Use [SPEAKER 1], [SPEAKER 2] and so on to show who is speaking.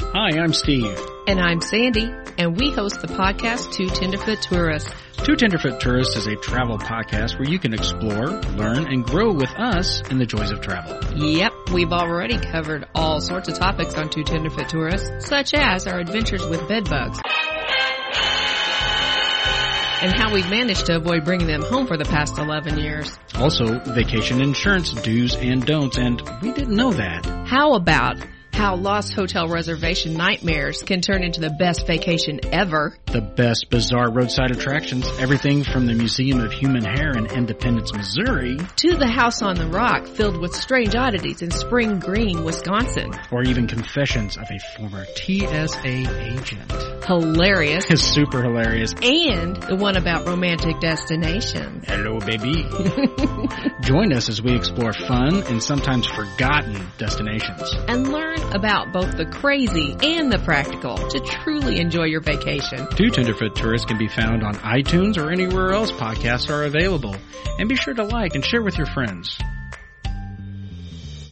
[SPEAKER 1] Hi, I'm Steve.
[SPEAKER 2] And I'm Sandy, and we host the podcast Two Tenderfoot Tourists.
[SPEAKER 1] Two Tenderfoot Tourists is a travel podcast where you can explore, learn, and grow with us in the joys of travel.
[SPEAKER 2] Yep, we've already covered all sorts of topics on Two Tenderfoot Tourists, such as our adventures with bedbugs and how we've managed to avoid bringing them home for the past 11 years.
[SPEAKER 1] Also, vacation insurance do's and don'ts, and we didn't know that.
[SPEAKER 2] How about how lost hotel reservation nightmares can turn into the best vacation ever?
[SPEAKER 1] The best bizarre roadside attractions, everything from the Museum of Human Hair in Independence, Missouri,
[SPEAKER 2] To the house on the rock filled with strange oddities in Spring Green, Wisconsin.
[SPEAKER 1] or even confessions of a former TSA agent.
[SPEAKER 2] Hilarious.
[SPEAKER 1] It's super hilarious.
[SPEAKER 2] and the one about romantic destinations.
[SPEAKER 1] Hello, baby. Join us as we explore fun and sometimes forgotten destinations.
[SPEAKER 2] And learn about both the crazy and the practical to truly enjoy your vacation.
[SPEAKER 1] Two Tenderfoot Tourists can be found on iTunes or anywhere else podcasts are available. And be sure to like and share with your friends.